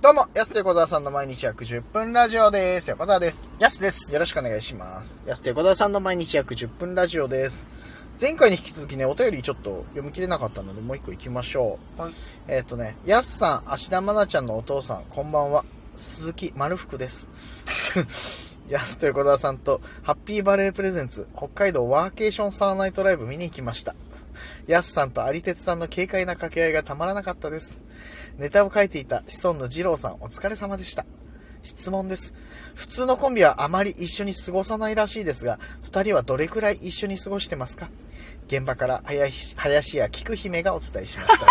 どうも、安手小沢さんの毎日約10分ラジオです。横澤です。やすです。よろしくお願いします。安手小沢さんの毎日約10分ラジオです。前回に引き続きね、お便りちょっと読み切れなかったので、もう一個行きましょう。はいえっ、とね、やすさん、芦田愛菜ちゃんのお父さん、こんばんは。鈴木丸福です。 やすと横澤さんと、ハッピーバレープレゼンツ、北海道ワーケーションサーナイトライブ見に行きました。やすさんと有鉄さんの軽快な掛け合いがたまらなかったです。ネタを書いていた子孫の二郎さんお疲れ様でした。質問です。普通のコンビはあまり一緒に過ごさないらしいですが、二人はどれくらい一緒に過ごしてますか現場から林林家菊姫がお伝えしました。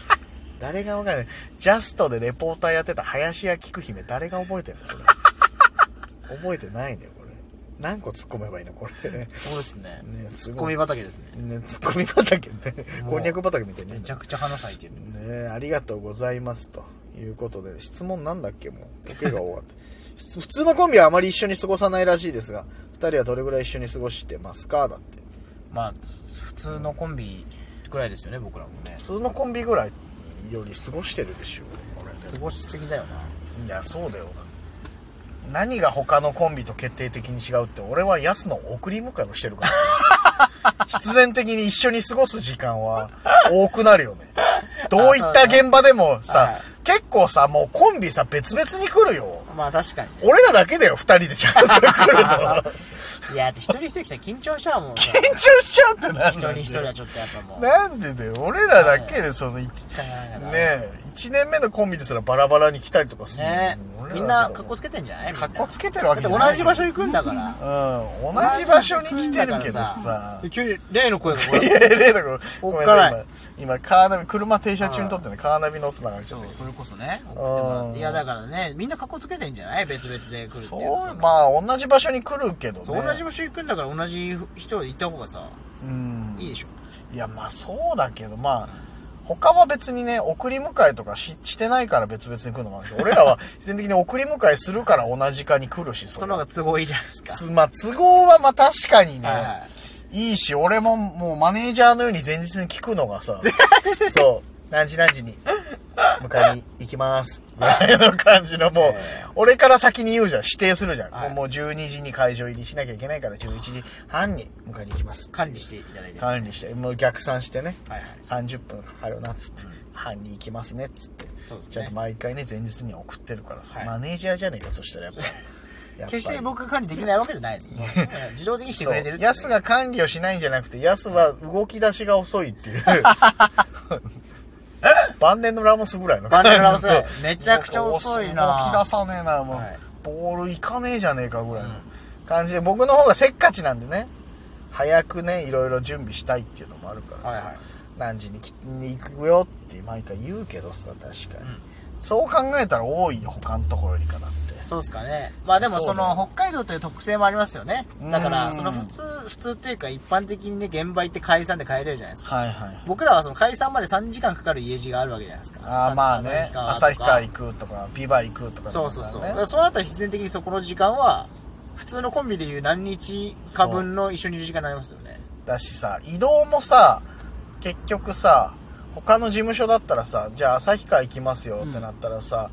誰がわかるジャストでレポーターやってた林家菊姫、誰が覚えてるのそれ。覚えてないね、これ。何個突っ込めばいいのこれ。ね、そうですね。すツッコごいミ畑ですね。ね、ツッコミ畑ねもうこんにゃく畑みたいに言めうのちゃくちゃ花咲いてる。ねえありがとうございますということで質問なんだっけもうボケが終わって質普通のコンビはあまり一緒に過ごさないらしいですが2人はどれぐらい一緒に過ごしてますかだってまあ、普通のコンビくらいですよね、僕らもね普。通のコンビぐらいより過ごしてるでしょこれ過ごしすぎだよな。いやそうだよ何が他のコンビと決定的に違うって俺はヤスの送り迎えをしてるから必然的に一緒に過ごす時間は多くなるよねどういった現場でもそうだねさ、はい結構さもうコンビさ別々に来るよまあ確かにね。俺らだけだよ二人でちゃんと来るのいや、だって一人一人来たら緊張しちゃうもん。 緊張しちゃうってなん一だ人よ一人はちょっとやっぱもう。なんでだよ俺らだけでその一考えながねらえ1年目のコンビですらバラバラに来たりとかするね俺らみんなだけだも格好つけてんじゃないみんな格好つけてるわけじゃだっないて同じ場所行くんだから。うん、同じ場所に来てるけどさ。急に例の声がこいれ。や、例のごめんなさいおっかな。今、今カーナビ、車停車中に撮ってね、カーナビの音流れちそゃっうたけど。それこそね送ってもらっうんていやだからねみんな格好つけてんじゃない別々で来るっていうそうのはまあ、同じ場所に来るけどね。そう同じ場所行くんだから同じ人で行った方がさうん。いいでしょいや、まあ、そうだけど、まあ、他は別にね、送り迎えとかししてないから別々に来るのもあるけど、俺らは必然的に送り迎えするから同じかに来るし、それの方はが都合いいじゃないですかつまあ、都合はまあ確かにね、はいはいいいし、俺ももうマネージャーのように前日に聞くのが さ、そう、何時何時に、迎えに行きます。ぐらいの感じのもうえ、俺から先に言うじゃん、指定するじゃん。はいもう12時に会場入りしなきゃいけないから11時半に迎えに行きます。管理していただいてはい管理して、もう逆算してね、はい30分かかるな、つって、半に行きますね、つって。そうですちゃんとね毎回ね、前日に送ってるからさ、はいマネージャーじゃねえか、そしたらや っぱ。やっぱり決して僕が管理できないわけじゃないです よ自動的にしてくれてるってヤスが管理をしないんじゃなくて、ヤスは動き出しが遅いっていう。 晩年のラモスぐらいの晩年のラモ スそうめちゃくちゃ遅いな動き出さねえな、もう。はいボールいかねえじゃねえかぐらいの感じで、僕の方がせっかちなんでね。早くね、いろいろ準備したいっていうのもあるから、はいはい何時に来に行くよって毎回言うけどさ、確かに。そう考えたら多いよ、他のところよりかなって。そうですかねまあでもそそうだよの北海道という特性もありますよねだかうらんその普通普通というか一般的にね現場行って解散で帰れるじゃないですかはいはい。僕らはその解散まで3時間かかる家路があるわけじゃないですかああまあね朝旭日川川と行かくとかビバ行くとかそうそうそなんうだかだねらそうなったら必然的にそこの時間は普通のコンビでいう何日か分の一緒にいる時間になりますよねだしさ移動もさ結局さ他の事務所だったらさじゃあ旭川行きますよってなったらさ、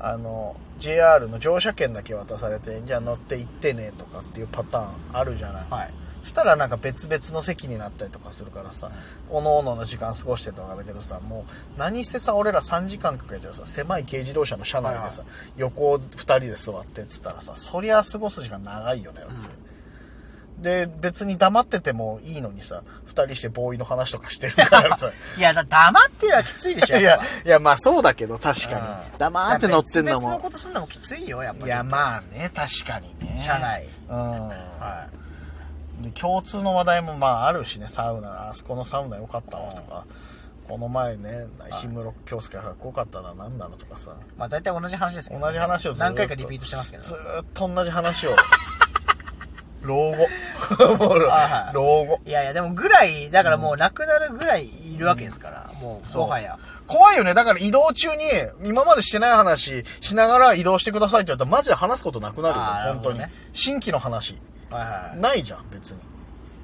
あの JR の乗車券だけ渡されてじゃあ乗って行ってねとかっていうパターンあるじゃない、はいしたらなんか別々の席になったりとかするからさ、おのおのの時間過ごしてとかだけどさ、もう何せさ、俺ら3時間かけてさ、狭い軽自動車の車内でさ、横を2人で座ってっつったらさ、そりゃ過ごす時間長いよね、だってで、別に黙っててもいいのにさ、2人してボーイの話とかしてるから さ、いやだ黙ってるはきついでしょいややっぱ、いやまあそうだけど確かうに。ん黙って乗ってんの別々のも。ことするのもきついよやっぱいやまあね、確かにね。車内うん。はで共通の話題もまああるしねサウナあそこのサウナ良かったわとか、この前ね氷室京介がかっこよかったな何なのとかさいまあ大体同じ話ですけどね、同じ話をずっと何回かリピートしてますけどずーっと同じ話 を老後もうはい老後いやいやでもぐらいだからもうなくなるぐらいいるわけですから、もうそうもはや怖いよねだから移動中に今までしてない話しながら移動してくださいって言ったらマジで話すことなくなるよあー本当に、なるほどね新規の話はいはいないじゃん別に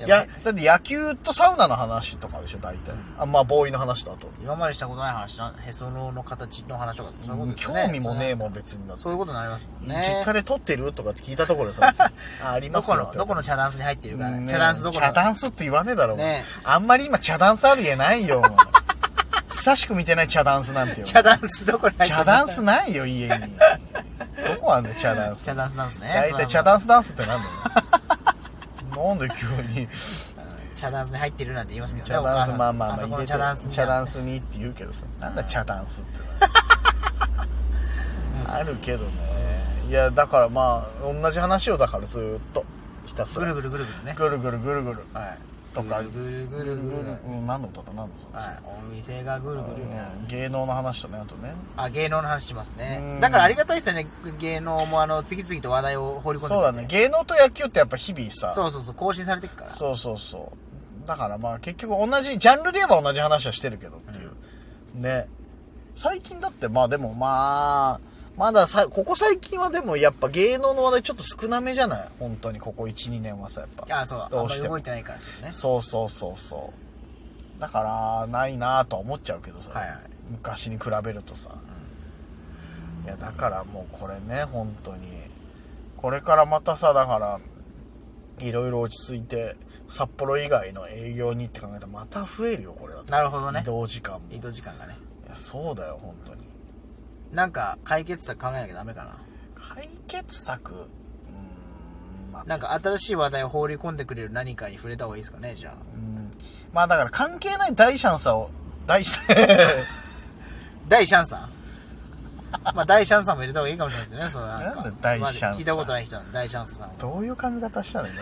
いや、だって野球とサウナの話とかでしょ、大体。あ、まあ、ボーイの話とあと。今までしたことない話な、へその緒の形の話とか、そういうことです興よね。味もねえももん、別になってそういうことになりますもんね。実家で撮ってるとかって聞いたところでさ、 別にあ、ありまどすこよっの、てどこの茶ダンスに入ってるか、うんね茶ダンスどこの茶ダンスって言わねえだろ、ねあんまり今茶ダンスある家ないよ。 久しく見てない茶ダンスなんて よ。茶ダンスどこに入ってる茶ダンスないよ、 家に。どこあんの茶ダンス茶。ダンスなんですね。大体茶ンダンスダンスってなんだよ。なんで急に。ス。茶ダンスに入ってるなんて言いますけどね。茶ダンスお母さんまあまあまああそこ入のれて茶ダンスに。茶ダンス。スにって言うけどさなんだ茶ダンス ってのはあるけどねいやだからまあ同じ話をだからずーっとひたすぐらるぐぐるぐるぐるね。るぐるぐるぐるはい。とかぐるぐるぐるぐる。うん何の歌だ何の歌はい。お店がぐるぐるね。うん芸能の話とねあとねあ、芸能の話しますうねん。だからありがたいですよね。芸能もあの、次々と話題を放り込んでくそれうてだね。芸能と野球ってやっぱ日々さそうそうそう、更新されてくから。そうそうそうだからまあ結局同じジャンルで言えば同じ話はしてるけどっていう、ね最近だってまあでもまあまださここ最近はでもやっぱ芸能の話題ちょっと少なめじゃない本当にここ12年はさやっぱあ、そう。あどんうましりても動いてないからですね。そうそうそうそうだからないなぁとは思っちゃうけどさ、はいはい昔に比べるとさ、いやだからもうこれね本当にこれからまたさだからいろいろ落ち着いて札幌以外の営業にって考えたらまた増えるよこれだとなるほどね移。動時間もい移動時間がね。やそうだよ本当になんか、解決策考えなきゃダメかな。解決策うーんまあなんか別に新しい話題を放り込んでくれる何かに触れた方がいいですかね、じゃあ。うんまあだから関係ない大シャンさを大シャン 大シャンさん。まあ、大シャンさんも入れた方がいいかもしれないですね、そのなんか。なんだ大シャンさんまあ聞いたことない人の大シャンさん。どういう髪型したのね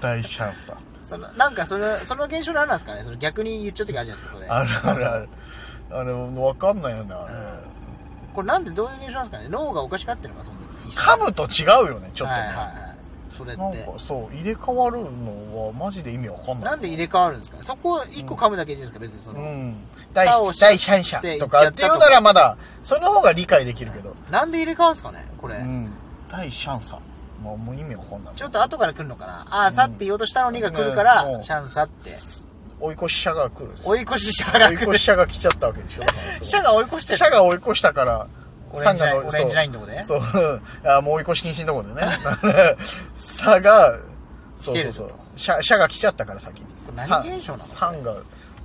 大シャンさその、なんかそれ、その現象なんなんですかねその逆に言っちゃう時あるじゃないですか、それ。あるあるあるあれわかんないよねあれ、これなんでどういう現象なんですかね脳がおかしくなってるのか、その時。株と違うよねちょっとね、はいはいはい。それっなんて。かそう入れ替わるのはマジで意味わかんないなんで入れ替わるんですかねそこ一個噛むだけでいいですか、別にその。うん第差を知って第三者とかっていうならまだその方が理解できるけど、なんで入れ替わるんですかねこれ。うん第三者もうもう意味わかんないちょっと後から来るのかなあー、さって言おうとしたのにが来うるかんうら、んシャンさって。追い越し者が来る追い越し者が追い来越る。し者が来ちゃったわけで しょだからその者が追い越して者が追い越したからオレン三ジラインがオレンジラインのとこでそう あもう追い越し禁止のとこでね 差がそうそうそう者者が来ちゃったから先にこれ何現象なのさんが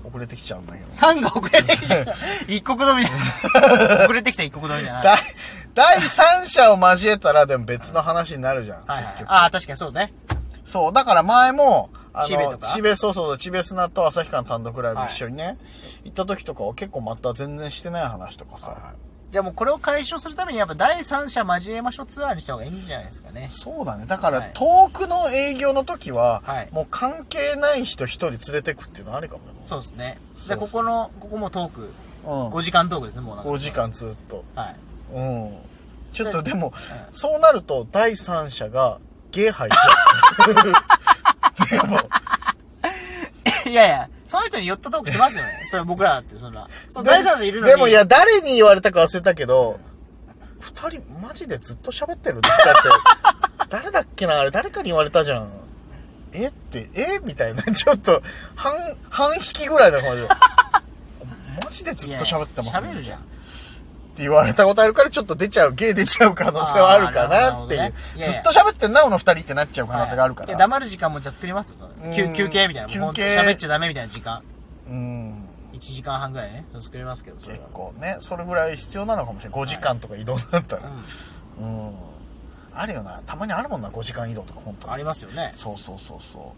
遅れてきちゃうんだけど3が遅れてきた。 一刻止めみ たいな。遅れてきた一刻止めみたいな。はい第、 第三者を交えたらでも別の話になるじゃん。はい結。局ああ、確かにそうね。そう、だから前も、あチベとかチベ、そうそう、チベスナと旭川の単独ライブ一緒にね、行った時とかは結構また全然してない話とかさ、じゃあもうこれを解消するためにやっぱ第三者交えましょうツアーにした方がいいんじゃないですかね。そうだね。だからはい遠くの営業の時は、はいもう関係ない人一人連れてくっていうのはありかもよ。そうですね。そうじゃあここの、ここもトーク。うん。 5時間トークですね、もうなんか。 5時間ずっと。はい。うん。ちょっとそれでも、うんそうなると第三者がゲー入っちゃう。でもい やいや、その人に寄ったトークします よね。それ僕らだって、そんな。 そう、第三者いるのに。でもいや、誰に言われたか忘れたけど、二人マジでずっと喋ってるんですかって。 誰だっけなあれ誰かに言われたじゃん。えって、えみたいな。 ちょっと、半、半引きぐらいな感じで。 マジでずいっや、と喋ってますね喋るじゃん。って言われたことあるから、ちょっと出ちゃう、ゲー出ちゃう可能性はあるかなっていあーなるう。ほどねいやいずやっと喋ってんな、この二人ってなっちゃう可能性があるかいや、ら。黙る時間もじゃあ作りますよ、その。う休ん休憩みたいな。もうほん休と憩喋っちゃダメみたいな時間。うん。 1時間半ぐらいね。それ作りますけど、それ結は。構ね、それぐらい必要なのかもしれない。5時間とか移動だったら。うん。あるよな。たまにあるもんな、5時間移動とか、本う当ん。ありますよね。そうそうそうそ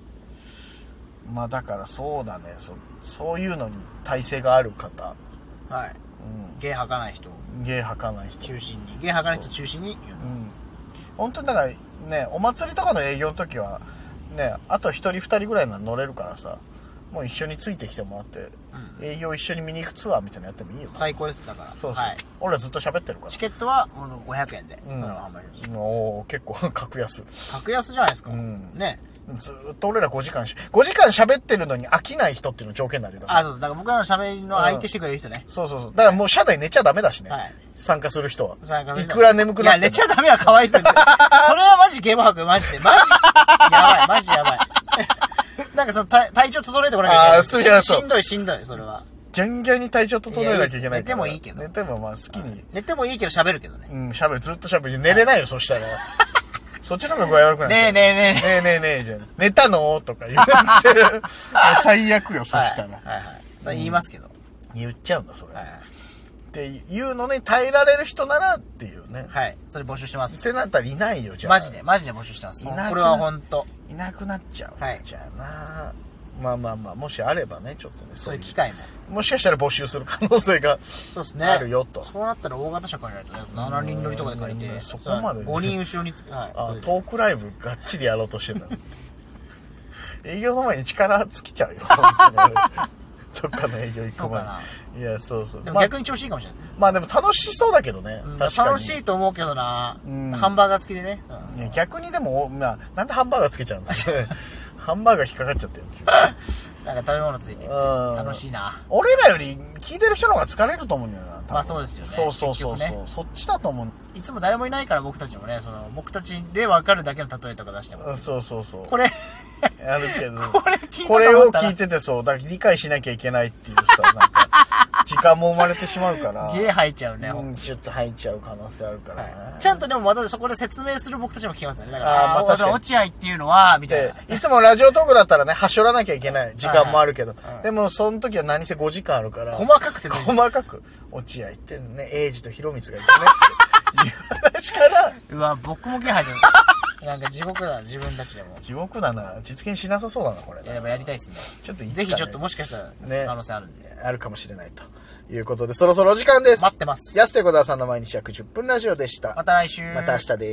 う。まあだからそうだね。そそういうのに耐性がある方。はい。ゲー吐かない人をうん。芸吐かない人。中心に。ゲー吐かない人中心に言ううの。ん。本当にだからね、お祭りとかの営業の時は、ね、あと一人二人ぐらいなら乗れるからさ、もう一緒についてきてもらって、営業一緒に見に行くツアーみたいなのやってもいいよな。最高です、だから。そうそう。はい。俺らずっと喋ってるからチ。ケットは、もう500円で。そうんの販売します。おお結構格安。格安じゃないですか。んね。ずーっと俺ら5時間し、5時間喋ってるのに飽きない人っていうの条件になるよ。だからあ、そうそう。だから僕らの喋りの相手してくれる人ね。そうそうそう。だからもう社内寝ちゃダメだしね。はい参加する人は。参加する人いくら眠くなっていもや、寝ちゃダメはかわいそうに。それはマジゲーム博、マジで。マジ。やばい、マジやばい。 なんかその体体調整えてこなきゃいけない。あーそうやしそうしんどいしんどい、それは。ギャンギャンに体調整えなきゃいけないから。いやいいです寝てもいいけど寝てもまあ好きに。寝てもいいけど喋るけどね。うん、喋る、ずっと喋る。寝れないよ、そしたら。そっちの方が具合悪くなっちねゃえう。ねえねえねねえねえねえじゃん。寝たのとか言って る。最悪よ、そはいし。たら。はいはい。それ言いますけど。言っちゃうんだ、それ。はいっていうのに耐えられる人ならっていうね。はい。それ募集してまってす。なったらいないよ、じゃあ。マジで、マジで募集してます。もいうなくなこれは本当いなくなっちゃう。はいじゃあな。まあまあまあ、もしあればね、ちょっとね、そういう機会。会も。もしかしたら募集する可能性が。そうですね。あるよとそうなったら大型車借りないとね、7人乗りとかで借りうて、んそこまでね5人後ろにつけ、はい。そあれでトークライブがっちりやろうと してんだ営業の前に力尽きちゃ うよどっかの営業行そくうかない前にいやそうそうでもまあ逆に調子いいかもしれない。まあでも楽しそうだけどね、うん確かに楽しいと思うけどな、うんハンバーガー付きでね。いや逆にでも、おまあ、なんでハンバーガーつけ ちゃうんだハンバーガー引っかかっちゃってるなんか食べ物ついて。うん楽しいな。俺らより聞いてる人の方が疲れると思うんだよな多分まあそうですよねそうそうそうそう、結局そっちだと思ういつも誰もいないから僕たちもね、その、僕たちで分かるだけの例えとか出してまうんす。そうそうそうこれ、やるけどこれ聞いたこれと思をった聞らいててそう、だから理解しなきゃいけないっていうさ、なんか、時間も生まれてしまうから。ゲー 吐いちゃうね、ほうんん、ちょっと入っちゃう可能性あるからね。はい、ちゃんとでもまたそこで説明する僕たちも聞きますよね。だから、あーあまああー、確かに落合っていうのは、みたいでな。、いつもラジオトークだったらね、はしょらなきゃいけない時間もあるけど、はいはいでもその時は何せ5時間あるから、細かく説明。細かく、落合ってね、英二と博光がいてねっていう話から、うわ、僕もゲー吐いちゃ う。なんか地獄だ、自分たちでも。地獄だな、実現しなさそうだな、これいや、でもやりたいっすね。ちょっといつかぜねひちょっともしかしたねら、可能性あるんで。あるかもしれないということで、そろそろお時間です。待ってます安手小沢さんの毎日約10分ラジオでした。また来週。また明日です。